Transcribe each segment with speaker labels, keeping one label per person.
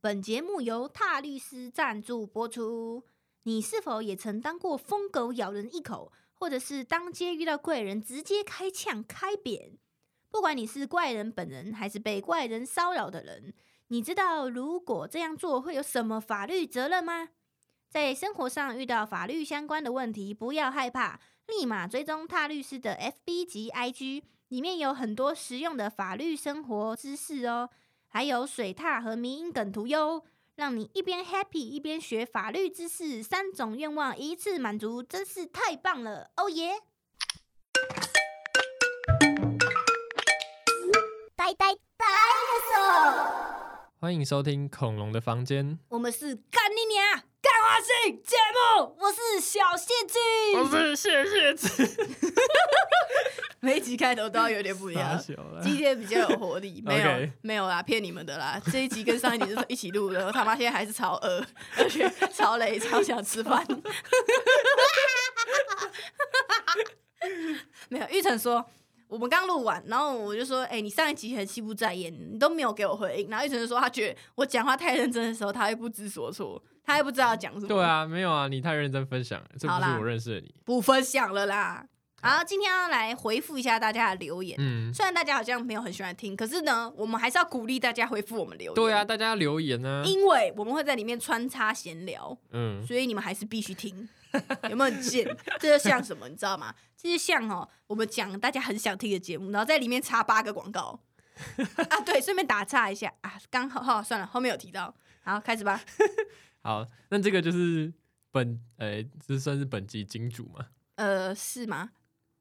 Speaker 1: 本节目由踏律师赞助播出。你是否也曾当过疯狗咬人一口，或者是当街遇到怪人直接开枪开扁？不管你是怪人本人还是被怪人骚扰的人，你知道如果这样做会有什么法律责任吗？在生活上遇到法律相关的问题，不要害怕，立马追踪踏律师的 FB 及 IG，里面有很多实用的法律生活知识哦。还有水獭和迷因梗图哟，让你一边 happy 一边学法律知识，三种愿望一次满足，真是太棒了！哦耶！
Speaker 2: 呆呆 dinosaur，
Speaker 3: 欢迎收听《恐龙的房间
Speaker 1: 我们是干你娘干花性节目，我是小蟹精。》，
Speaker 3: 我是谢谢子，
Speaker 4: 每一集开头都要有点不一
Speaker 3: 傻
Speaker 4: 样。
Speaker 3: 小了，
Speaker 4: 今天比较有活力， 没有
Speaker 3: OK
Speaker 4: 没有啦，骗你们的啦！这一集跟上一集是一起录的，我他妈现在还是超饿，而且超累，超想吃饭。 没有，玉成说我们刚录完，然后我就说，哎、你上一集很心不在焉，你都没有给我回应。然后玉成就说，他觉得我讲话太认真的时候，他会不知所措，他会不知道要讲什么。
Speaker 3: 对，啊，没有啊，你太认真分享了，这
Speaker 4: 好
Speaker 3: 不是
Speaker 4: 啦
Speaker 3: 我认识的你。
Speaker 4: 不分享了啦。然后今天要来回复一下大家的留言。
Speaker 3: 嗯，
Speaker 4: 虽然大家好像没有很喜欢听，可是呢，我们还是要鼓励大家回复我们留言。
Speaker 3: 对啊，，大家留言啊，
Speaker 4: 因为我们会在里面穿插闲聊，
Speaker 3: 嗯，
Speaker 4: 所以你们还是必 须听。有没有很贱？这就像什么，你知道吗？这就像哦，我们讲大家很想听的节目，然后在里面插八个广 告啊。对，顺便打岔一下啊，刚好哈、算了，后面有提到。好，开始吧。
Speaker 3: 好，那这个就是本，呃，这算是本集金主嘛？
Speaker 4: 呃，是吗？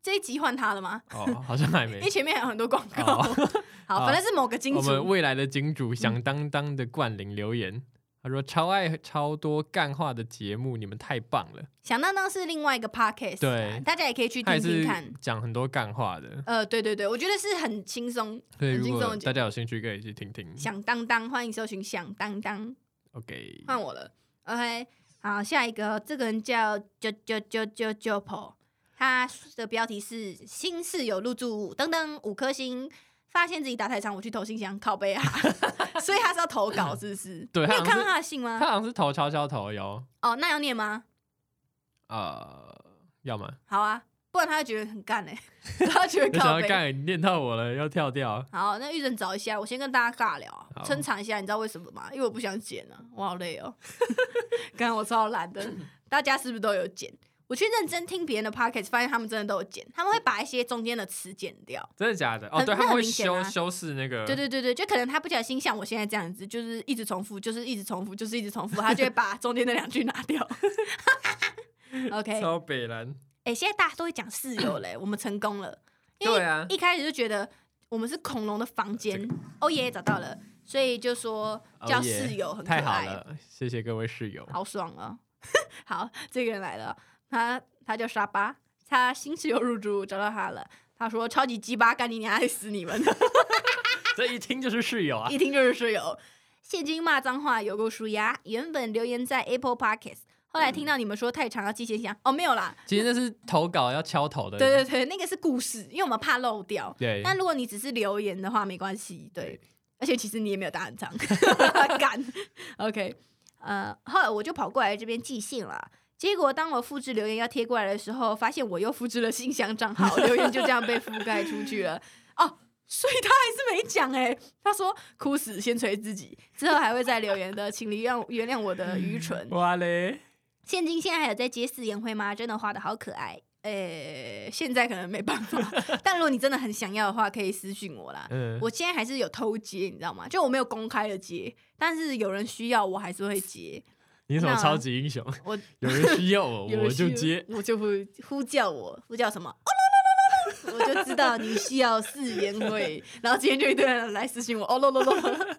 Speaker 4: 这一集换他了吗？
Speaker 3: 哦， 好像还
Speaker 4: 因
Speaker 3: 没
Speaker 4: 为。前面还有很多广 告。
Speaker 3: 哦
Speaker 4: 好，反正是某个金
Speaker 3: 我们
Speaker 4: 主。嗯
Speaker 3: 未来的金主响当当的冠霖留言，他说超爱超多干话的节目，你们太棒了。
Speaker 4: 想当当是另外一个 podcast，
Speaker 3: 对
Speaker 4: 啊大家也可以去
Speaker 3: 他
Speaker 4: 听
Speaker 3: 也
Speaker 4: 听
Speaker 3: 是
Speaker 4: 看。
Speaker 3: 讲很多干话的，
Speaker 4: 呃，对对对，我觉得是很轻松，
Speaker 3: 所以
Speaker 4: 很
Speaker 3: 如
Speaker 4: 轻松
Speaker 3: 果
Speaker 4: 的节
Speaker 3: 大家有兴趣，可以去听听。
Speaker 4: 响当当，欢迎搜寻响当当，
Speaker 3: OK，
Speaker 4: 换我了，OK，好，下一
Speaker 1: 哦
Speaker 4: 个，这个人叫九九九九九 p 他的标题是新室友入住等等五颗星，发现自己打太长，我去投信箱 靠背啊，所以他是要投稿是不是？
Speaker 3: 对
Speaker 4: 你有
Speaker 3: 他好像是
Speaker 4: 看到他的信
Speaker 3: 他
Speaker 4: 吗？
Speaker 3: 好像是头敲敲头哟，
Speaker 4: 哦，那要念吗？
Speaker 3: 呃，要么
Speaker 4: 好啊，不然他会觉得很干哎、 他会觉
Speaker 3: 你
Speaker 4: 得靠
Speaker 3: 想要
Speaker 4: 背。
Speaker 3: 干念到我了，要跳掉。
Speaker 4: 好，那玉珍找一下，我先跟大家尬聊啊，
Speaker 3: 好
Speaker 4: 撑场一下，你知道为什么吗？因为我不想剪啊，我好 累哦。刚刚我超懒的，大家是不是都有剪？我去认真听别人的 podcast，发现他们真的都有剪，他们会把一些中间的词剪掉。
Speaker 3: 真的假的？哦，
Speaker 4: 很
Speaker 3: 对，他
Speaker 4: 那
Speaker 3: 们
Speaker 4: 很
Speaker 3: 会
Speaker 4: 明显
Speaker 3: 修、
Speaker 4: 啊
Speaker 3: 修饰那个，
Speaker 4: 对对对对，就可能他不小心像我现在这样子，就是一直重复，就是一直重复，就是一直重复，他就会把中间那两句拿 掉。OK，哎、
Speaker 3: 超北蓝，
Speaker 4: 现在大家都会讲室友嘞，我们成功了。因为
Speaker 3: 对 啊，
Speaker 4: 一开始就觉得我们是恐龙的房间，哦耶，找到了，所以就说叫
Speaker 3: 哦耶
Speaker 4: 室友很可
Speaker 3: 太好
Speaker 4: 爱，
Speaker 3: 了，谢谢各位室 友。
Speaker 4: 好爽啊！好，这个人来了，他他叫沙巴，他新室友入住，找到他了。他说：“超级鸡巴，干你娘，爱死 你们！
Speaker 3: 这一听就是室友啊
Speaker 4: 一听就是室友。”现金骂脏话，有够舒压。原本留言在 Apple Podcast，后来听到你们说太长要记先想，哦，没有啦，
Speaker 3: 其实那是投稿要敲头的，
Speaker 4: 对对对，那个是故事，因为我们怕漏掉。
Speaker 3: 对
Speaker 4: 但如果你只是留言的话，没关系，对
Speaker 3: 对。
Speaker 4: 而且其实你也没有打 很长， 干。OK，呃，后来我就跑过来这边寄信了。结果当我复制留言要贴过来的时候，发现我又复制了信箱账号，留言就这样被覆盖出 去了。哦，所以他还是没讲哎、他说哭死，先锤自己，之后还会再留言的，请你让原谅我的愚蠢。
Speaker 3: 哇嘞，
Speaker 4: 现金现在还有在接四言会吗？真的画的好可爱。呃、现在可能没办 法，但如果你真的很想要的话，可以私信我啦。
Speaker 3: 嗯，
Speaker 4: 我现在还是有偷接，你知道吗？就我没有公开的接，但是有人需要我还是会接。
Speaker 3: 你什么
Speaker 4: 那
Speaker 3: 超级英雄？
Speaker 4: 我
Speaker 3: 有人需要我，
Speaker 4: 有人
Speaker 3: 我就
Speaker 4: 需
Speaker 3: 接。
Speaker 4: 我就会呼叫我，呼叫什么？哦咯咯咯咯咯我就知道你需要四言 会，然后今天就一堆人来私信我。哦咯咯咯。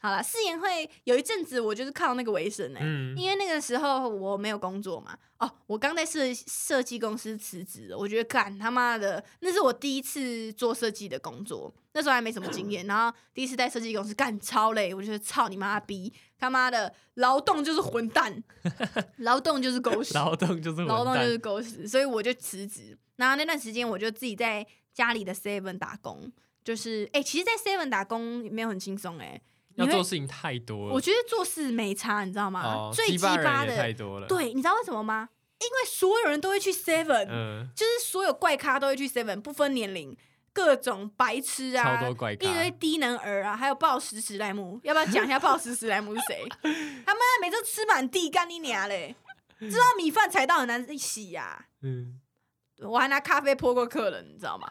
Speaker 4: 好了，四言会有一阵子我就是靠那个为生哎、
Speaker 3: 嗯，
Speaker 4: 因为那个时候我没有工作嘛，哦，我刚在设设计公司辞职了，我觉得干他妈的，那是我第一次做设计的工作，那时候还没什么经验，然后第一次在设计公司干超累，我觉得操你妈逼，他妈的劳动就是混蛋， 劳动就是狗屎，
Speaker 3: 劳动就是
Speaker 4: 劳
Speaker 3: 混
Speaker 4: 动就
Speaker 3: 蛋
Speaker 4: 是狗屎，所以我就辞职。然后那段时间我就自己在家里的 Seven 打工，就是哎、其实，在 Seven 打工没有很轻松哎、
Speaker 3: 要
Speaker 4: 你会
Speaker 3: 做事情太多了，
Speaker 4: 我觉得做事没差，你知道吗？
Speaker 3: 哦，
Speaker 4: 最
Speaker 3: 鸡
Speaker 4: 鸡
Speaker 3: 巴
Speaker 4: 巴
Speaker 3: 人也太
Speaker 4: 的，
Speaker 3: 多了，，
Speaker 4: 对，你知道为什么吗？因为所有人都会去 Seven，、
Speaker 3: 嗯，
Speaker 4: 就是所有怪咖都会去 Seven，不分年龄，各种白痴啊，
Speaker 3: 超多怪咖
Speaker 4: 一，堆低能儿啊，还有暴食史莱姆，要不要讲一下暴食史莱姆是谁？他们每次吃满地干你娘嘞，知道米饭踩到很难洗呀、
Speaker 3: 嗯，
Speaker 4: 我还拿咖啡泼过客人，你知道吗？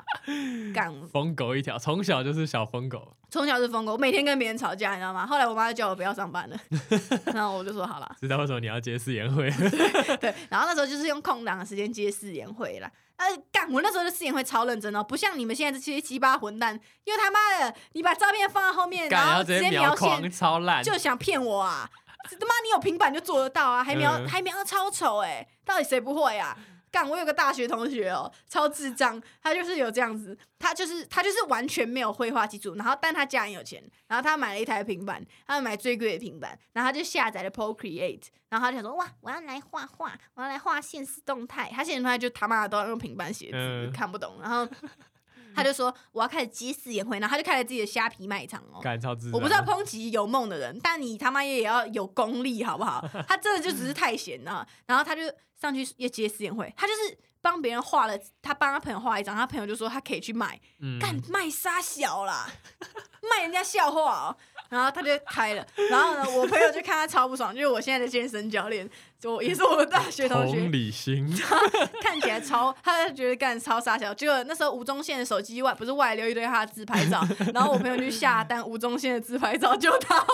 Speaker 4: 干，
Speaker 3: 疯狗一条，从小就是小疯狗，
Speaker 4: 从小是疯狗，我每天跟别人吵架，你知道吗？后来我妈就叫我不要上班了， 然后我就说好啦。
Speaker 3: 知道为什么你要接四言会？
Speaker 4: 对，然后那时候就是用空档的时间接誓言会啦。呃，干，我那时候的誓言会超认真哦，不像你们现在这些鸡巴混蛋，因为他妈的，你把照片放在后 面，
Speaker 3: 干，然
Speaker 4: 后
Speaker 3: 后
Speaker 4: 直接
Speaker 3: 秒
Speaker 4: 描
Speaker 3: 框，
Speaker 4: 线，
Speaker 3: 超烂，
Speaker 4: 就想骗我啊！这他妈你有平板就做得到啊，还描、
Speaker 3: 嗯
Speaker 4: 还描超丑哎、到底谁不会啊？干，我有个大学同学哦，超智障，他就是有这样子，他就是他就是完全没有绘画基础，然后但他家很有钱，然后他买了一台平板，他买最贵的平板，然后他就下载了 Procreate，然后他就想说哇，我要来画画，我要来画现实动态，他现实动态就他妈的都要用平板写字，
Speaker 3: 嗯
Speaker 4: 看不懂，然后他就说我要开始接四眼会，然后他就开了自己的虾皮卖场哦，
Speaker 3: 干超智障，
Speaker 4: 我不知道抨击有梦的人，但你他妈也要有功力好不好？他真的就只是太闲了，然后他就上去也接私宴会，他就是帮别人画了，他帮他朋友画一张，他朋友就说他可以去卖，
Speaker 3: 嗯，
Speaker 4: 干卖沙小啦， 卖人家笑话哦。然后他就开了，然后呢，我朋友就看他超不爽，就是我现在的健身教练，我也是我的大学同学，
Speaker 3: 同理心，
Speaker 4: 看起来超，他就觉得干超傻小。结果那时候吴宗宪的手机外不是外流一堆他的自拍 照，然后我朋友就下单吴宗宪的自拍照，就他哇，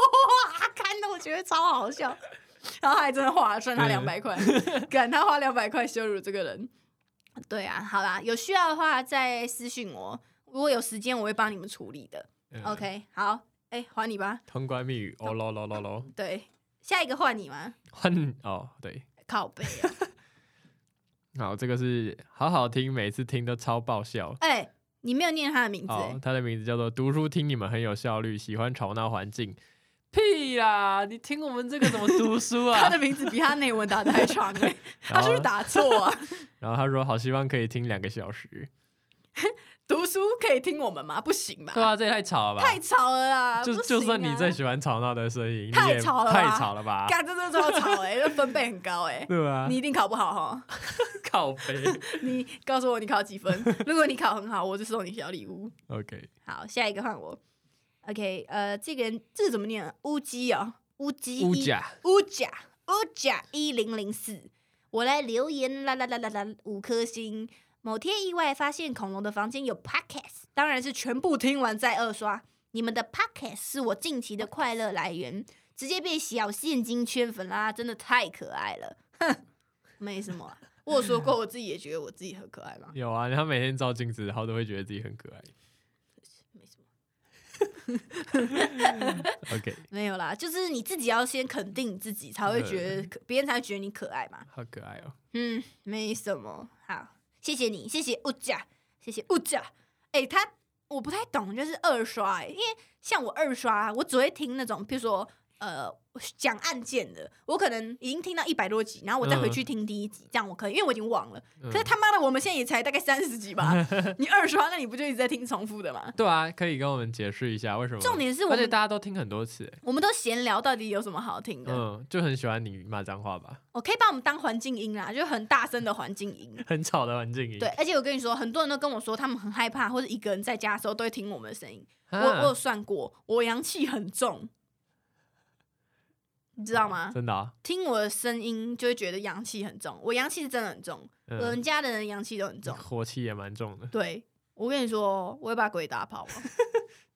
Speaker 4: 看的我觉得超好笑。然后他还真的花了，算
Speaker 3: 嗯
Speaker 4: 他两百块， 敢他花两百块羞辱这个人。对啊，好啦，有需要的话再私信我，如果有时间我会帮你们处理的。
Speaker 3: 嗯
Speaker 4: OK，好，哎、还你吧。
Speaker 3: 通关密语，哦喽喽喽喽，
Speaker 4: 对，下一个换你吗？
Speaker 3: 换哦，对，
Speaker 4: 靠背、啊，
Speaker 3: 好，这个是好好听，每次听都超爆笑。哦
Speaker 4: 哎、 你没有念他的名字、哎
Speaker 3: 好，它的名字叫做“读书听你们很有效率，喜欢吵闹环境”。屁啦！你听我们这个怎么读书啊
Speaker 4: 他？的名字比他内文打的还长哎、他
Speaker 3: 然
Speaker 4: 是不
Speaker 3: 后
Speaker 4: 是打错啊？
Speaker 3: 然后他说：“好希望可以听两个小时。
Speaker 4: 读书可以听我们吗？不行”吧？
Speaker 3: 对啊，这也太吵了吧！
Speaker 4: 太吵了啦！
Speaker 3: 就
Speaker 4: 不行
Speaker 3: 就
Speaker 4: 啊
Speaker 3: 算你最喜欢吵闹的声音，
Speaker 4: 太
Speaker 3: 你也
Speaker 4: 吵了吧
Speaker 3: 太吵了吧？
Speaker 4: 干，这真的超吵哎、这分贝很高哎、
Speaker 3: 对啊吧？
Speaker 4: 你一定考不好哈！
Speaker 3: 靠背。
Speaker 4: 你告诉我你考 几分？如果你考很好，我就送你小礼物。
Speaker 3: OK，
Speaker 4: 好，下一个换我。OK，呃，这个人这个怎么念啊？乌鸡哦，乌鸡，
Speaker 3: 乌甲
Speaker 4: 乌甲乌甲一零零四，我来留言啦啦啦啦啦，五颗星。某天意外发现恐龙的房间有 podcast，当然是全部听完再二刷。你们的 podcast 是我近期的快乐来源，直接被小现金圈粉啦，真的太可爱了。哼，没什么啊、我有说过我自己也觉得我自己很可爱吗？
Speaker 3: 有啊，他每天照镜子，然后都会觉得自己很可爱。
Speaker 4: 没什么，
Speaker 3: OK，
Speaker 4: 没有啦，就是你自己要先肯定你自己，才会觉得可别人才会觉得你可爱嘛。
Speaker 3: 好可爱哦。
Speaker 4: 嗯，没什么。好，谢谢你，谢谢物价，谢谢物价。哎、他我不太懂，就是二刷、欸，因为像我二刷，啊我只会听那种，譬如说。呃，讲案件的，我可能已经听到一百多集，然后我再回去听第一集，这样我可以，因为我已经忘了。
Speaker 3: 嗯
Speaker 4: 可是他妈的，我们现在也才大概三十集 吧，你二刷，那你不就一直在听重复的吗？
Speaker 3: 对啊，可以跟我们解释一下为什么？
Speaker 4: 重点是我
Speaker 3: 而且
Speaker 4: 们
Speaker 3: 大家都听很多次，欸
Speaker 4: 我们都闲聊，到底有什么好听的？
Speaker 3: 嗯，就很喜欢你骂脏话吧，
Speaker 4: 我可以把我们当环境音啊啦，就很大声的环境音。
Speaker 3: 很吵的环境音。
Speaker 4: 对，而且我跟你说，很多人都跟我说，他们很害怕，或者一个人在家的时候都会听我们的声音。
Speaker 3: 啊，
Speaker 4: 我我有算过，我阳气很重，你知道吗？
Speaker 3: 真的啊，
Speaker 4: 听我的声音就会觉得阳气很重，我阳气是真的很重，
Speaker 3: 嗯
Speaker 4: 我们家的人阳气都 很重。
Speaker 3: 火气也蛮重的，
Speaker 4: 对，我跟你说，我会把鬼打跑哦。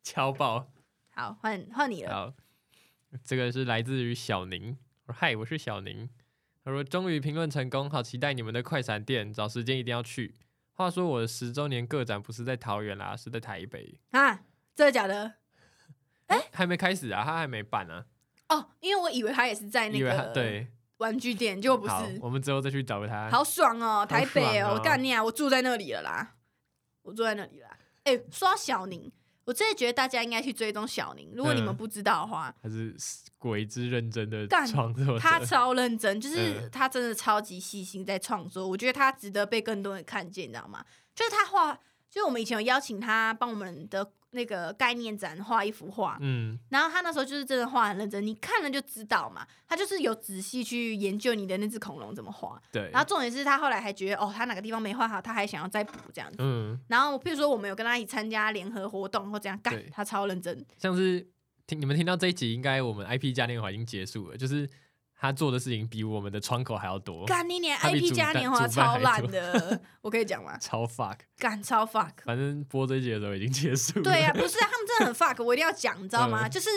Speaker 3: 敲爆。
Speaker 4: 好，换换你了。
Speaker 3: 好，这个是来自于小宁。我说嗨，我是小宁。他说终于评论成功，好期待你们的快闪店，找时间一定要去。话说我的十周年个展不是在桃园啦，是在台北，
Speaker 4: 啊，真的假的？
Speaker 3: 还没开始啊，他还没办啊，
Speaker 4: 哦，因为我以为他也是哎在那
Speaker 3: 以为他
Speaker 4: 个
Speaker 3: 对，
Speaker 4: 玩具店，结果不
Speaker 3: 好
Speaker 4: 是，。
Speaker 3: 我们之后再去找他。
Speaker 4: 好爽哦，台北
Speaker 3: 爽
Speaker 4: 哦，
Speaker 3: 哦
Speaker 4: 干你啊！我住在那里了啦，我住在那里啦。哎、说到小宁，我真的觉得大家应该去追踪小宁，如果你们
Speaker 3: 嗯
Speaker 4: 不知道的话，
Speaker 3: 还是鬼之认真的
Speaker 4: 干
Speaker 3: 创作者，
Speaker 4: 他超认真，就是
Speaker 3: 嗯
Speaker 4: 他真的超级细心在创作，我觉得他值得被更多人看见，你知道吗？就是他画，就是我们以前有邀请他帮我们的那个概念展画一幅画，
Speaker 3: 嗯，
Speaker 4: 然后他那时候就是真的画很认真，你看了就知道嘛，他就是有仔细去研究你的那只恐龙怎么画。
Speaker 3: 对，
Speaker 4: 然后重点是他后来还觉得哦，他哪个地方没画好，他还想要再补这样子。
Speaker 3: 嗯，
Speaker 4: 然后譬如说我们有跟他一起参加联合活动或怎样干
Speaker 3: 对，
Speaker 4: 他超认真。
Speaker 3: 像是听你们听到这一集，应该我们 IP 嘉年华已经结束了，就是他做的事情比我们的窗口还要多，
Speaker 4: 干你连
Speaker 3: 哦他比
Speaker 4: IP
Speaker 3: 主
Speaker 4: 嘉
Speaker 3: 办
Speaker 4: 年华
Speaker 3: 主办
Speaker 4: 超
Speaker 3: 还
Speaker 4: 烂
Speaker 3: 多
Speaker 4: 的，我可以讲吗？
Speaker 3: 超 fuck。
Speaker 4: 干 超 fuck。
Speaker 3: 反正播这一集的时候已经结束了，
Speaker 4: 对呀、不是、啊、他们真的很 fuck，我一定要讲，你知道吗？
Speaker 3: 嗯
Speaker 4: 就是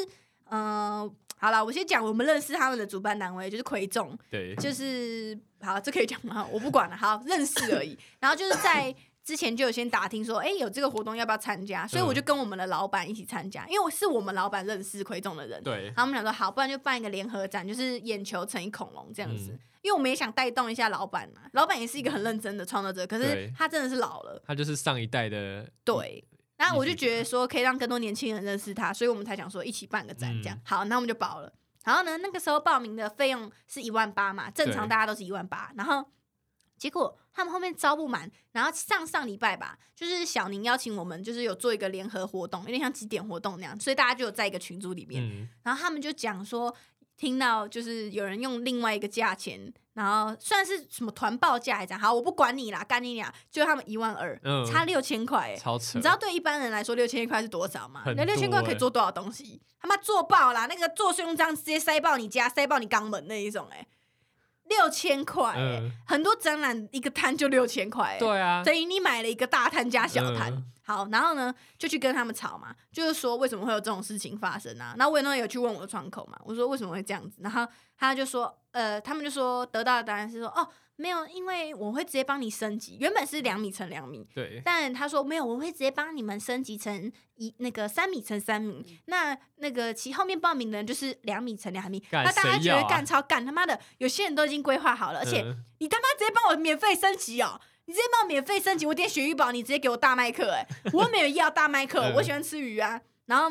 Speaker 4: 嗯、呃好了，我先讲我们认识他们的主办单位，就是葵众，
Speaker 3: 对，
Speaker 4: 就是好，这可以讲吗？ 我不管了，好，认识 而已。然后就是在之前就有先打听说，哎、有这个活动要不要参加？所以
Speaker 3: 嗯
Speaker 4: 我就跟我们的老板一起参加，因为我是我们老板认识葵众的人。
Speaker 3: 对
Speaker 4: 然后我们俩说好，不然就办一个联合展，就是眼球乘以恐龙这样子，
Speaker 3: 嗯
Speaker 4: 因为我们也想带动一下老板嘛。老板也是一个很认真的创作者，可是
Speaker 3: 对
Speaker 4: 他真的是老了，
Speaker 3: 他就是上一代的，嗯
Speaker 4: 对。然后我就
Speaker 3: 艺术
Speaker 4: 觉得说可以让更多年轻人认识他，所以我们才想说一起办个展这样。
Speaker 3: 嗯
Speaker 4: 好，那我们就报了。然后呢，那个时候报名的费用是一万八嘛，正常
Speaker 3: 对
Speaker 4: 大家都是一万八。然后结果他们后面招不满，然后上上礼拜吧，就是小宁邀请我们，就是有做一个联合活动，有点像几点活动那样，所以大家就有在一个群组里面。
Speaker 3: 嗯，
Speaker 4: 然后他们就讲说，听到就是有人用另外一个价钱，然后算是什么团报价还讲，好，我不管你啦，干你俩，就他们一万二、
Speaker 3: 嗯
Speaker 4: 差六千块、欸，
Speaker 3: 超扯，
Speaker 4: 你知道对一般人来说六千块是多少吗？
Speaker 3: 很
Speaker 4: 那六千
Speaker 3: 多
Speaker 4: 块可以
Speaker 3: 欸
Speaker 4: 做多少东西？他妈做爆啦！那个做胸章直接塞爆你家，塞爆你肛门那一种、欸，哎，六千块、欸，
Speaker 3: 嗯
Speaker 4: 很多展览一个摊就六千块、欸，
Speaker 3: 对啊，
Speaker 4: 等于你买了一个大摊加小摊。
Speaker 3: 嗯
Speaker 4: 好，然后呢，就去跟他们吵嘛，就是说为什么会有这种事情发生啊？那我也那有去问我的窗口嘛，我说为什么会这样子？然后他就说，呃，他们就说得到的答案是说，哦，没有，因为我会直接帮你升级，原本是两米乘两米。
Speaker 3: 对，
Speaker 4: 但他说没有，我会直接帮你们升级成一那个三米乘三
Speaker 3: 嗯
Speaker 4: 米。那那个其后面报名的人就是两米乘两米，
Speaker 3: 干
Speaker 4: 那大家
Speaker 3: 谁
Speaker 4: 觉
Speaker 3: 要
Speaker 4: 得
Speaker 3: 啊
Speaker 4: 干超干他妈的，有些人都已经规划好了，而且
Speaker 3: 嗯
Speaker 4: 你他妈直接帮我免费升级哦！你直接帮我免费升级，我点雪域堡，你直接给我大麦克、欸，哎，我没有要大麦克，
Speaker 3: 嗯
Speaker 4: 我喜欢吃鱼啊。然后，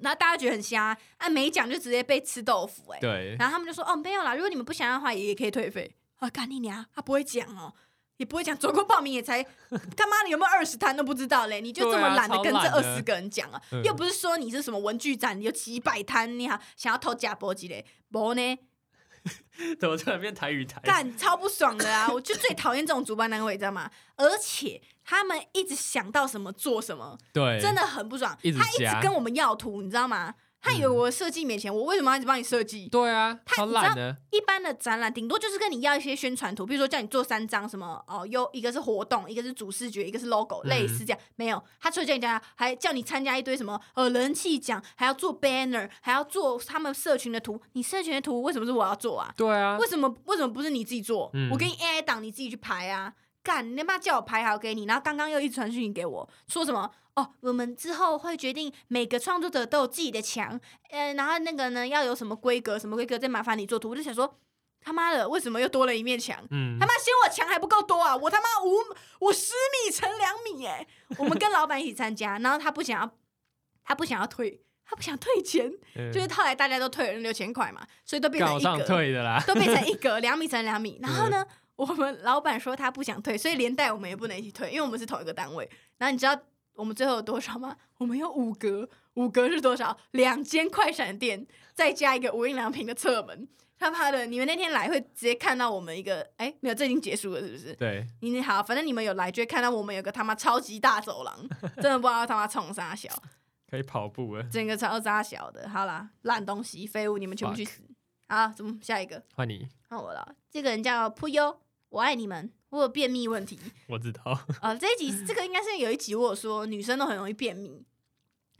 Speaker 4: 然后大家觉得很瞎啊，没讲就直接被吃豆腐、欸，哎。
Speaker 3: 对，
Speaker 4: 然后他们就说，哦，没有啦，如果你们不想要的话，也可以退费。啊，干你娘，他不会讲哦。也不会讲，总共报名也才他妈的有没有二十摊都不知道嘞，你就这
Speaker 3: 对
Speaker 4: 么
Speaker 3: 啊
Speaker 4: 懒得
Speaker 3: 超
Speaker 4: 跟这
Speaker 3: 懒
Speaker 4: 二
Speaker 3: 的
Speaker 4: 十个人讲啊？
Speaker 3: 嗯
Speaker 4: 又不是说你是什么文具展，你有几百摊，你好想要偷假搏击嘞？不
Speaker 3: 哎
Speaker 4: 呢，
Speaker 3: 怎么突然变台语台？
Speaker 4: 干超不爽的啊！ 我就最讨厌这种主办单位，你知道吗？而且他们一直想到什么做什么，
Speaker 3: 对，
Speaker 4: 真的很不爽。
Speaker 3: 哎一直
Speaker 4: 他一直
Speaker 3: 夹
Speaker 4: 跟我们要图，你知道吗？他以为我设计免钱，我为什么要一直帮你设计？
Speaker 3: 对啊，
Speaker 4: 他
Speaker 3: 超
Speaker 4: 你知道
Speaker 3: 懒的，
Speaker 4: 一般的展览顶多就是跟你要一些宣传图，比如说叫你做三张什么哦，有一个是活动，一个是主视觉，一个是 logo，
Speaker 3: 嗯
Speaker 4: 类似这样。没有，他除了叫你参加，还叫你参加一堆什么呃人气奖，还要做 banner，还要做他们社群的图。你社群的图为什么是我要做啊？
Speaker 3: 对啊
Speaker 4: 为，什么为什么不是你自己做？
Speaker 3: 嗯
Speaker 4: 我给你 AI 档，你自己去排啊！干，你他妈叫我排好给你，然后刚刚又一直传讯息给我，说什么哦，我们之后会决定每个创作者都有自己的墙，呃，然后那个呢要有什么规格，什么规格再麻烦你做图。我就想说，他妈的，为什么又多了一面墙？
Speaker 3: 嗯
Speaker 4: 他，妈嫌我墙还不够多啊！我他妈五我十米乘两米哎、我们跟老板一起 参加，然后他不想要，他不想要退，他不想退钱，
Speaker 3: 嗯
Speaker 4: 就是后来大家都退了六千块嘛，所以都变成
Speaker 3: 搞
Speaker 4: 一
Speaker 3: 上
Speaker 4: 格。
Speaker 3: 退的啦，
Speaker 4: 都变成一格两米乘两米。然后呢，我们老板说他不想退，所以连带我们也不能一起退，因为我们是同一个单位。然后你知道我们最后有多少吗？我们有五格，五格是多少？两间快闪店，再加一个无印良品的侧门。他妈的，你们那天来会直接看到我们一个，哎、没有，这已经结束了，是不是？
Speaker 3: 对，
Speaker 4: 你你好，反正你们有来就会看到我们有个他妈超级大走廊，真的不知道他妈冲啥小，
Speaker 3: 可以跑步了，
Speaker 4: 整个超扎小的。好啦，烂东西，废物，你们全部去死！好，怎么下一个？
Speaker 3: 换你，
Speaker 4: 看我了，这个人叫扑优，我爱你们。我有便秘问题
Speaker 3: 我知道，
Speaker 4: 啊、这一集这个应该是有一集我有说女生都很容易便秘。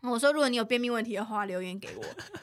Speaker 4: 我说，如果你有便秘问题的话，留言给我。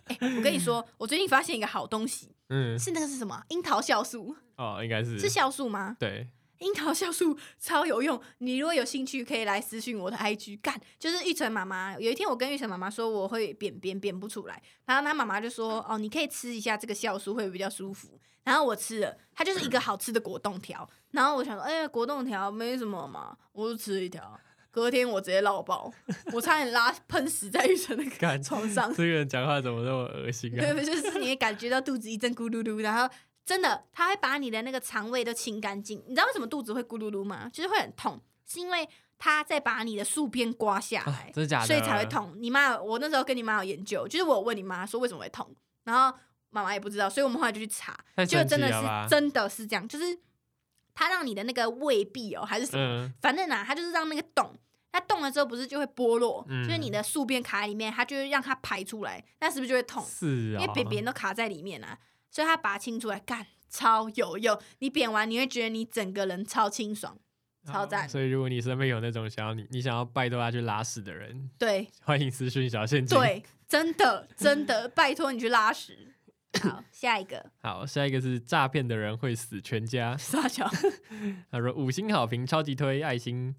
Speaker 4: 哎、我跟你说，我最近发现一个好东西，
Speaker 3: 嗯，
Speaker 4: 是那个是什么啊？樱桃酵素？
Speaker 3: 哦，应该是
Speaker 4: 是酵素吗？
Speaker 3: 对，
Speaker 4: 樱桃酵素 超有用，你如果有兴趣，可以来私信我的 IG 干。就是玉成妈妈，有一天我跟玉成妈妈说我会便便便不出来，然后她妈妈就说：“哦，你可以吃一下这个酵素会比较舒服。”然后我吃了，它就是一个好吃的果冻条。然后我想说：“哎、果冻条没什么嘛，我就吃一条。”隔天我直接落爆，我差点拉 喷死在玉成那个
Speaker 3: 干
Speaker 4: 床上。
Speaker 3: 这个人讲话怎么那么恶心啊？
Speaker 4: 对，就是你会感觉到肚子一阵咕噜噜，然后真的，它会把你的那个肠胃都清干净。你知道为什么肚子会咕噜噜吗？就是会很痛，是因为它再把你的树边刮下
Speaker 3: 啊
Speaker 4: 来，
Speaker 3: 真的假的？
Speaker 4: 所以才会。痛。你妈，我那时候跟你妈有研究，就是我有问你妈说为什么会痛，然后妈妈也不知道，所以我们后来就去查，
Speaker 3: 太
Speaker 4: 就
Speaker 3: 神
Speaker 4: 真的
Speaker 3: 奇了吧
Speaker 4: 是真的是这样，就是它让你的那个胃壁哦，还是什么，
Speaker 3: 嗯，
Speaker 4: 反正啊，它就是让那个洞。它动了之后不是就会剥落，
Speaker 3: 嗯
Speaker 4: 就是你的宿便卡在里面，它就会让它排出来，那是不是就会痛？
Speaker 3: 是
Speaker 4: 因
Speaker 3: 啊、
Speaker 4: 为扁扁都卡在里面啊，所以它把它清出来，干超有用。你扁完你会觉得你整个人超清爽，超赞
Speaker 3: 哦所以如果你身边有那种想要你你想要拜托他去拉屎的人，
Speaker 4: 对
Speaker 3: 欢迎私讯小陷阱。，
Speaker 4: 对，真的真的，拜托你去拉屎。好，下一个
Speaker 3: 好，下一个是诈骗的人会死全家。
Speaker 4: 撒娇，
Speaker 3: 他说五星好评，超级推，爱心。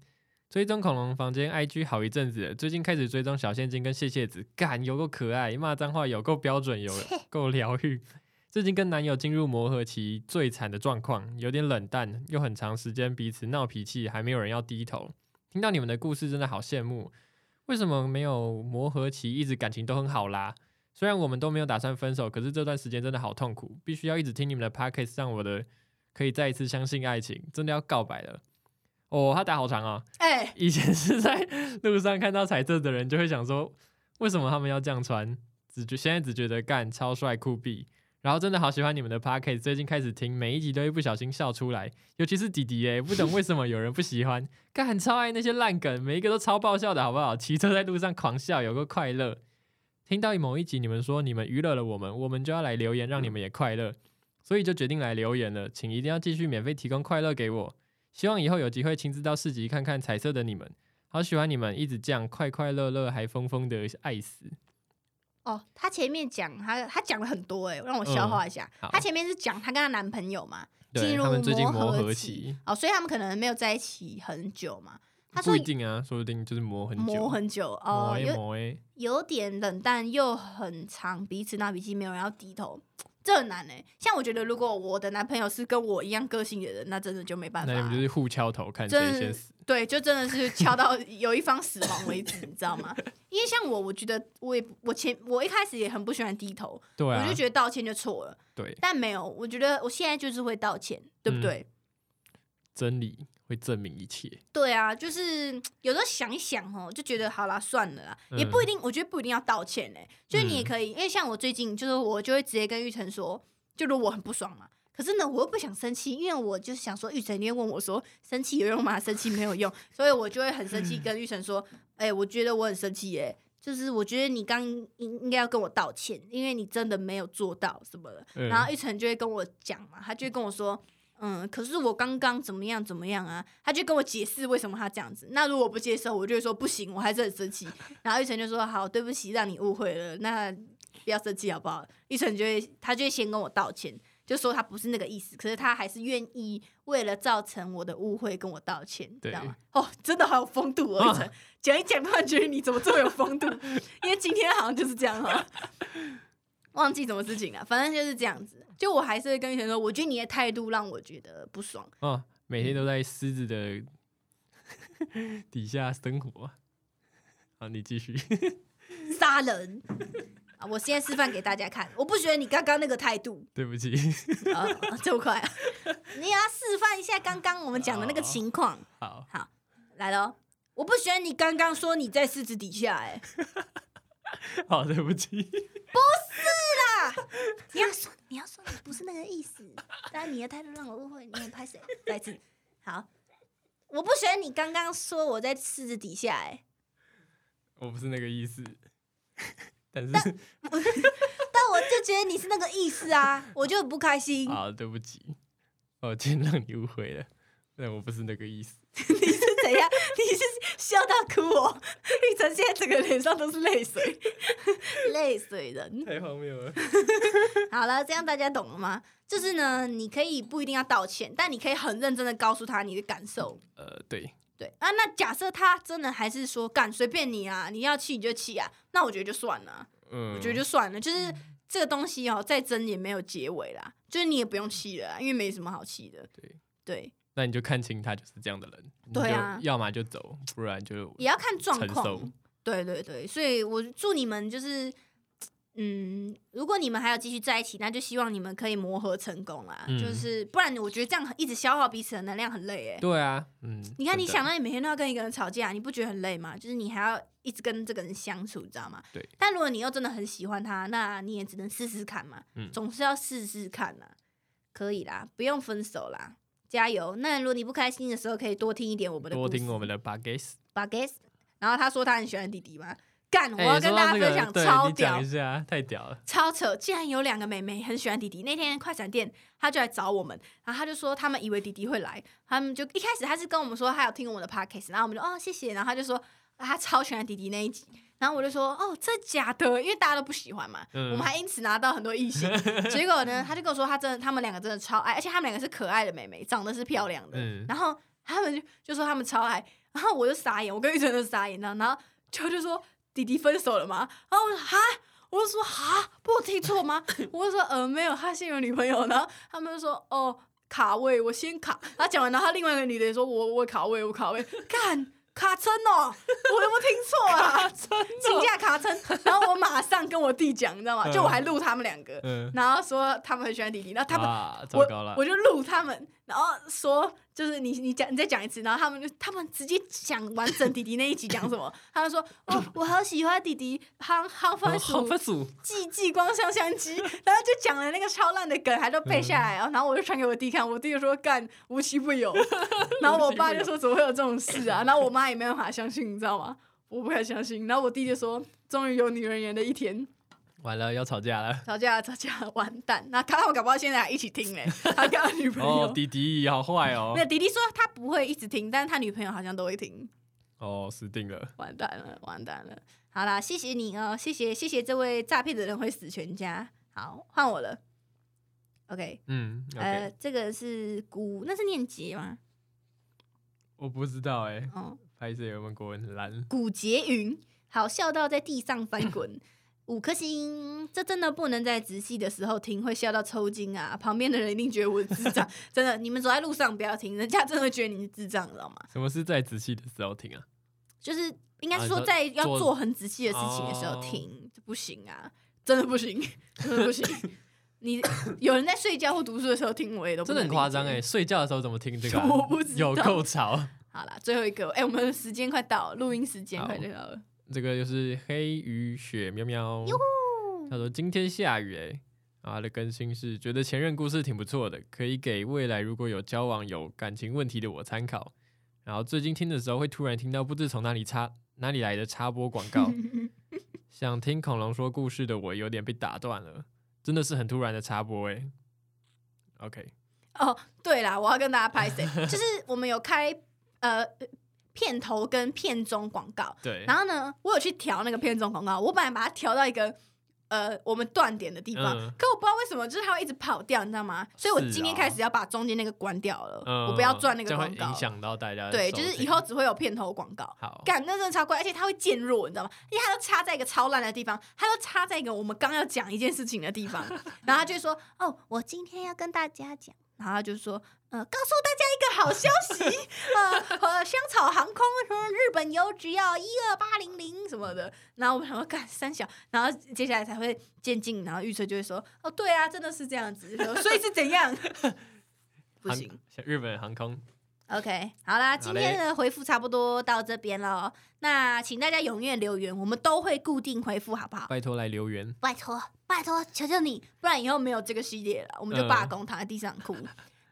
Speaker 3: 追踪恐龙房间 IG 好一阵子了，最近开始追踪小现金跟谢谢子，干有够可爱，骂脏话有够标准，有够疗愈。最近跟男友进入磨合期，最惨的状况，有点冷淡，又很长时间彼此闹脾气，还没有人要低头。听到你们的故事，真的好羡慕。为什么没有磨合期，一直感情都很好啦？虽然我们都没有打算分手，可是这段时间真的好痛苦，必须要一直听你们的 podcast，让我的可以再一次相信爱情，真的要告白了。哦，他打好长啊！
Speaker 4: 哎、
Speaker 3: 以前是在路上看到彩色的人，就会想说，为什么他们要这样穿？只觉现在只觉得干超帅酷毙，然后真的好喜欢你们的 p o c k e t 最近开始听，每一集都会不小心笑出来，尤其是弟弟耶，不懂为什么有人不喜欢，干超爱那些烂梗，每一个都超爆笑的好不好？骑车在路上狂笑，有个快乐。听到某一集你们说你们娱乐了我们，我们就要来留言，让你们也快乐，所以就决定来留言了，请一定要继续免费提供快乐给我。希望以后有机会亲自到市集看看彩色的你们，好喜欢你们，一直这样快快乐乐还疯疯的爱死。
Speaker 4: 哦，她前面讲她她讲了很多哎、让我消化一下。
Speaker 3: 嗯好
Speaker 4: 她、前面是讲她跟她男朋友嘛，
Speaker 3: 对
Speaker 4: 进入
Speaker 3: 他们最近磨
Speaker 4: 磨
Speaker 3: 合
Speaker 4: 合
Speaker 3: 期，
Speaker 4: 哦，所以他们可能没有在一起很久嘛。她
Speaker 3: 不
Speaker 4: 说
Speaker 3: 一定啊，说不定就是磨很久，
Speaker 4: 磨很久哦，
Speaker 3: 磨一
Speaker 4: 有
Speaker 3: 磨诶，
Speaker 4: 有点冷淡又很长，彼此闹脾气，没有人要低头，这很难哎、像我觉得，如果我的男朋友是跟我一样个性的人，那真的就没办法
Speaker 3: 那你们就
Speaker 4: 了。
Speaker 3: 是互敲头看谁
Speaker 4: 真
Speaker 3: 先
Speaker 4: 的
Speaker 3: 死。
Speaker 4: 对，就真的是敲到有一方死亡为止，你知道吗？因为像我，我觉得我也我前我一开始也很不喜欢低头，
Speaker 3: 对
Speaker 4: 我
Speaker 3: 啊
Speaker 4: 就，觉得道歉就错了，
Speaker 3: 对，
Speaker 4: 但没有，我觉得我现在就是会道歉，对不
Speaker 3: 嗯
Speaker 4: 对？
Speaker 3: 真理会证明一切。
Speaker 4: 对啊，就是嗯有时候想一想哦，就觉得好啦，算了啦，也
Speaker 3: 嗯
Speaker 4: 不一定，我觉得不一定要道歉嘞、就是你也
Speaker 3: 嗯
Speaker 4: 可以，因为像我最近就是我就会直接跟玉成说，就如果我很不爽嘛，可是呢我又不想生气，因为我就是想说玉成，你会问我说生气有用吗？生气没有用，所以我就会很生
Speaker 3: 嗯
Speaker 4: 气跟玉成说，哎、我觉得我很生气耶、就是我觉得你刚应应该要跟我道歉，因为你真的没有做到什么的。
Speaker 3: 嗯
Speaker 4: 然后玉成就会跟我讲嘛，他就会跟我说，嗯，可是我刚刚怎么样怎么样啊，他就跟我解释为什么他这样子。那如果我不接受，我就会说不行，我还是很生气。 然后玉成就说好，对不起，让你误会了，那不要生气好不好？玉成就会他就会先跟我道歉，就说他不是那个意思，可是他还是愿意为了造成我的误会跟我道歉，
Speaker 3: 对
Speaker 4: 知道吗？哦，真的好有风度哦，
Speaker 3: 啊
Speaker 4: 玉成讲一讲，突然觉得你怎么这么有风度？因为今天好像就是这样哈。忘记什么事情了，反正就是这样子。就我还是会跟玉成说，我觉得你的态度让我觉得不爽。
Speaker 3: 啊，每
Speaker 4: 嗯
Speaker 3: 天都在狮子的 底下生活。好，你继续。
Speaker 4: 杀人 啊！我现在示范给大家看，我不觉得你刚刚那个态度
Speaker 3: 对不起，
Speaker 4: 啊这么快、啊， 你也要示范一下刚刚我们讲的那个情况。
Speaker 3: 好，
Speaker 4: 来喽，我不觉得你刚刚说你在狮子底下、欸，
Speaker 3: 好，对不起。
Speaker 1: 你要说你要说你不是那个意 思，但你的态度让我误会，你很拍谁？
Speaker 4: 哎，再一次，好，我不觉得你刚刚说我在狮子底下、欸，
Speaker 3: 我不是那个意思， 但是
Speaker 4: 但我就觉得你是那个意思 啊，我就很不开心。
Speaker 3: 啊，对不起，我今天让你误会了，但我不是那个意思。
Speaker 4: 你是 怎样？你是笑到哭哦？玉成现在整个脸上都是泪 水，泪水人。
Speaker 3: 太荒谬了。
Speaker 4: 好了，这样大家懂了吗？就是呢，你可以不一定要道歉，但你可以很认真的告诉他你的感受。
Speaker 3: 呃，对，
Speaker 4: 对啊，那假设他真的还是说干随便你啊，你要气你就气啊，那我觉得就算了啊，
Speaker 3: 嗯，
Speaker 4: 我觉得就算了，就是这个东西哦，再争也没有结尾啦，就是你也不用气了啊，因为没什么好气的。
Speaker 3: 对
Speaker 4: 对，
Speaker 3: 那你就看清他就是这样的人，你
Speaker 4: 对
Speaker 3: 就
Speaker 4: 啊
Speaker 3: 要么就走，不然就
Speaker 4: 也要看状
Speaker 3: 承
Speaker 4: 况
Speaker 3: 受。
Speaker 4: 对对对，所以我祝你们就是嗯，如果你们还要继续在一起，那就希望你们可以磨合成功啦。
Speaker 3: 嗯
Speaker 4: 就是不然，我觉得这样一直消耗彼此的能量很累哎。
Speaker 3: 对啊，嗯，
Speaker 4: 你看，
Speaker 3: 真
Speaker 4: 你
Speaker 3: 的
Speaker 4: 想到你每天都要跟一个人吵架，你不觉得很累吗？就是你还要一直跟这个人相处，你知道吗？
Speaker 3: 对。
Speaker 4: 但如果你又真的很喜欢他，那你也只能试试看嘛，
Speaker 3: 嗯
Speaker 4: 总是要试试看啦，可以啦，不用分手啦，加油。那如果你不开心的时候，可以多听一点我们的
Speaker 3: 多听我们的
Speaker 4: 的
Speaker 3: b u g g s
Speaker 4: Bagues。然后他说他很喜欢弟弟吗？干，我
Speaker 3: 哎，
Speaker 4: 要
Speaker 3: 说
Speaker 4: 跟
Speaker 3: 到
Speaker 4: 大家
Speaker 3: 这个
Speaker 4: 分享
Speaker 3: 对
Speaker 4: 超
Speaker 3: 你
Speaker 4: 屌
Speaker 3: 讲一下，太屌了，
Speaker 4: 超扯！竟然有两个妹妹很喜欢弟弟。那天快闪店，他就来找我们，然后他就说他们以为弟弟会来，他们就一开始他是跟我们说他有听我们的 podcast，然后我们就哦谢谢，然后他就说啊他超喜欢弟弟那一集，然后我就说哦真的假的，因为大家都不喜欢嘛，
Speaker 3: 嗯
Speaker 4: 我们还因此拿到很多异性。结果呢，他就跟我说他真的他们两个真的超爱，而且他们两个是可爱的妹妹，长得是漂亮的，
Speaker 3: 嗯
Speaker 4: 然后他们就就说他们超爱，然后我就傻眼，我跟玉成都傻眼了，然后就就说弟弟分手了吗？然后我就哈。我就说哈，不我听错吗？ 我就说呃没有，他先有女朋友，然后他们就说哦卡位，我先卡。他讲完，然后他另外一个女的也说我我卡位，我卡位， 干卡称哦，我有没有听错啊？请假卡称，然后我马上跟我弟讲，你知道吗？
Speaker 3: 嗯
Speaker 4: 就我还录他们两个，
Speaker 3: 嗯，
Speaker 4: 然后说他们很喜欢弟弟，然后他们
Speaker 3: 啊糟
Speaker 4: 我
Speaker 3: 糕了，
Speaker 4: 我就录他们，然后说就是你你讲你再讲一次，然后他们就他们直接讲完整弟弟那一集讲什么， 他们说哦我好喜欢弟弟，夯夯番
Speaker 3: 哦好
Speaker 4: 薯
Speaker 3: 分数，
Speaker 4: 寄寄光相相机，然后就讲了那个超烂的梗，还都背下来
Speaker 3: 嗯
Speaker 4: 哦，然后我就传给我弟看，我弟就说干无奇 不有，然后我爸就说怎么会有这种事啊，然后我妈也没办法相信，你知道吗？我不敢相信，然后我弟就说终于有女人缘的一天，
Speaker 3: 完了要吵架了。
Speaker 4: 吵架了吵架了完蛋，那他们搞不好现在还一起听嘞，他跟他女朋友。
Speaker 3: 哦，弟弟好坏哦
Speaker 4: 那，迪迪说他不会一直听，但是他女朋友好像都会听，
Speaker 3: 哦，死定了。
Speaker 4: 完蛋了，完蛋了。好啦，谢谢你哦，谢谢谢谢这位诈骗的人会死全家。好，换我了。OK，,
Speaker 3: 嗯
Speaker 4: 呃
Speaker 3: ，OK，，
Speaker 4: 这个是古，那是念杰吗？
Speaker 3: 我不知道哎，
Speaker 4: 哦，
Speaker 3: 拍摄有没有国文很烂？
Speaker 4: 古杰云，好笑到在地上翻滚。五颗星，这真的不能在直系的时候听，会笑到抽筋啊！旁边的人一定觉得我是智 障，真的。你们走在路上不要听，人家真的会觉得你是智障，你知道吗？
Speaker 3: 什么是在仔细的时候听啊？
Speaker 4: 就是应该
Speaker 3: 啊
Speaker 4: 是
Speaker 3: 你
Speaker 4: 说
Speaker 3: 说
Speaker 4: 在要
Speaker 3: 做
Speaker 4: 做很仔细的事情的时候
Speaker 3: 哦
Speaker 4: 听，这不行啊，真的不行，真的不行。 你有人在睡觉或读书的时候听，我也都不
Speaker 3: 真的很
Speaker 4: 能
Speaker 3: 夸
Speaker 4: 理解
Speaker 3: 张哎！。睡觉的时候怎么听这个啊？
Speaker 4: 我不知道
Speaker 3: 有够吵。
Speaker 4: 好啦，最后一个，哎、我们时间快到了，录音时间
Speaker 3: 好
Speaker 4: 快到了。
Speaker 3: 这个就是黑雨雪喵喵，他说今天下雨哎、啊，他的更新是觉得前任故事挺不错的，可以给未来如果有交往有感情问题的我参考。然后最近听的时候会突然听到不知从哪里插哪里来的插播广 告，想听恐龙说故事的我有点被打断了，真的是很突然的插播哎、OK，
Speaker 4: 哦，对啦，我要跟大 家拍谁，就是我们有开呃片头跟片中广告，
Speaker 3: 对，
Speaker 4: 然后呢，我有去调那个片中广告，我本来把它调到一个呃我们断点的地方，
Speaker 3: 嗯
Speaker 4: 可我不知道为什么，就是它会一直跑掉，你知道吗？所以我
Speaker 3: 是
Speaker 4: 今天
Speaker 3: 啊
Speaker 4: 开始要把中间那个关掉了，
Speaker 3: 嗯
Speaker 4: 我不要赚那个
Speaker 3: 这样
Speaker 4: 广
Speaker 3: 会
Speaker 4: 告
Speaker 3: 影。响到大家的
Speaker 4: 对，
Speaker 3: 收
Speaker 4: 就是以
Speaker 3: 听
Speaker 4: 后只会有片头广告。
Speaker 3: 好
Speaker 4: 干，那真的超怪，而且它会渐弱，你知道吗？因为它都插在一个超烂的地方，它都插在一个我们刚要讲一件事情的 地方，然后它就会说：“哦，我今天要跟大家讲。”然后它就说：“呃，告诉大家一个好消息， 呃，呃香草航空什么日本游只要一二八零零什么的。”然后我们想说干三小，然后接下来才会渐进，然后预测就会说：“哦，对啊，真的是这样子，所以是怎样？” 不
Speaker 3: 航
Speaker 4: 行，
Speaker 3: 日本航空
Speaker 4: OK，好啦，今天的回复差不多到这边了。那请大家踊跃留言，我们都会固定回复，好不好？
Speaker 3: 拜托来留言。
Speaker 4: 拜托，拜托，求求你，不然以后没有这个系列了，我们就罢工，躺在地上哭。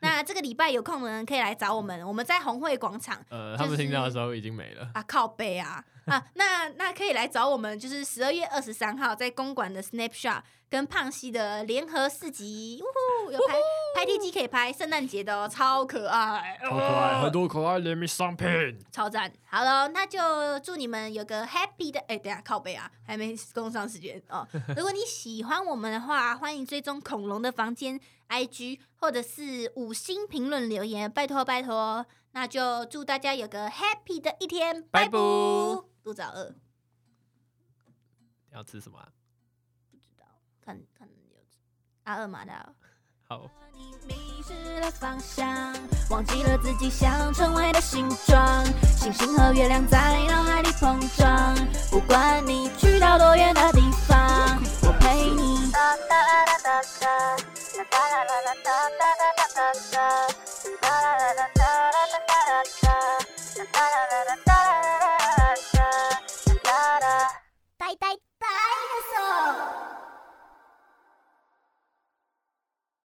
Speaker 4: 那这个礼拜有空的人可以来找我们，我们在红会广场
Speaker 3: 呃，
Speaker 4: 就
Speaker 3: 他们听到的
Speaker 4: 是
Speaker 3: 时候已经没了。
Speaker 4: 啊，靠背啊啊，那那可以来找我们，就是十二月二十三号在公馆的 Snapshot 跟胖西的联合四集，呜呼，有拍拍地机可以拍圣诞节的哦，超可爱，
Speaker 3: 好可爱，很多可爱联名商品。
Speaker 4: 超赞！好了，那就祝你们有个 happy 的哎、等一下靠背啊，还没工上时间哦。如果你喜欢我们的话，欢迎追踪恐龙的房间 IG，或者是五星评论留言，拜托拜托。那就祝大家有个 happy 的一天，
Speaker 3: 拜
Speaker 4: 拜不，肚子好饿，
Speaker 3: 要吃什么啊、
Speaker 4: 看看有阿二马的。
Speaker 3: 好，
Speaker 1: 你迷失了方向，忘记了自己想成为的形状。星星和月亮在脑海里碰撞，不管你去到多远的地方，我陪你。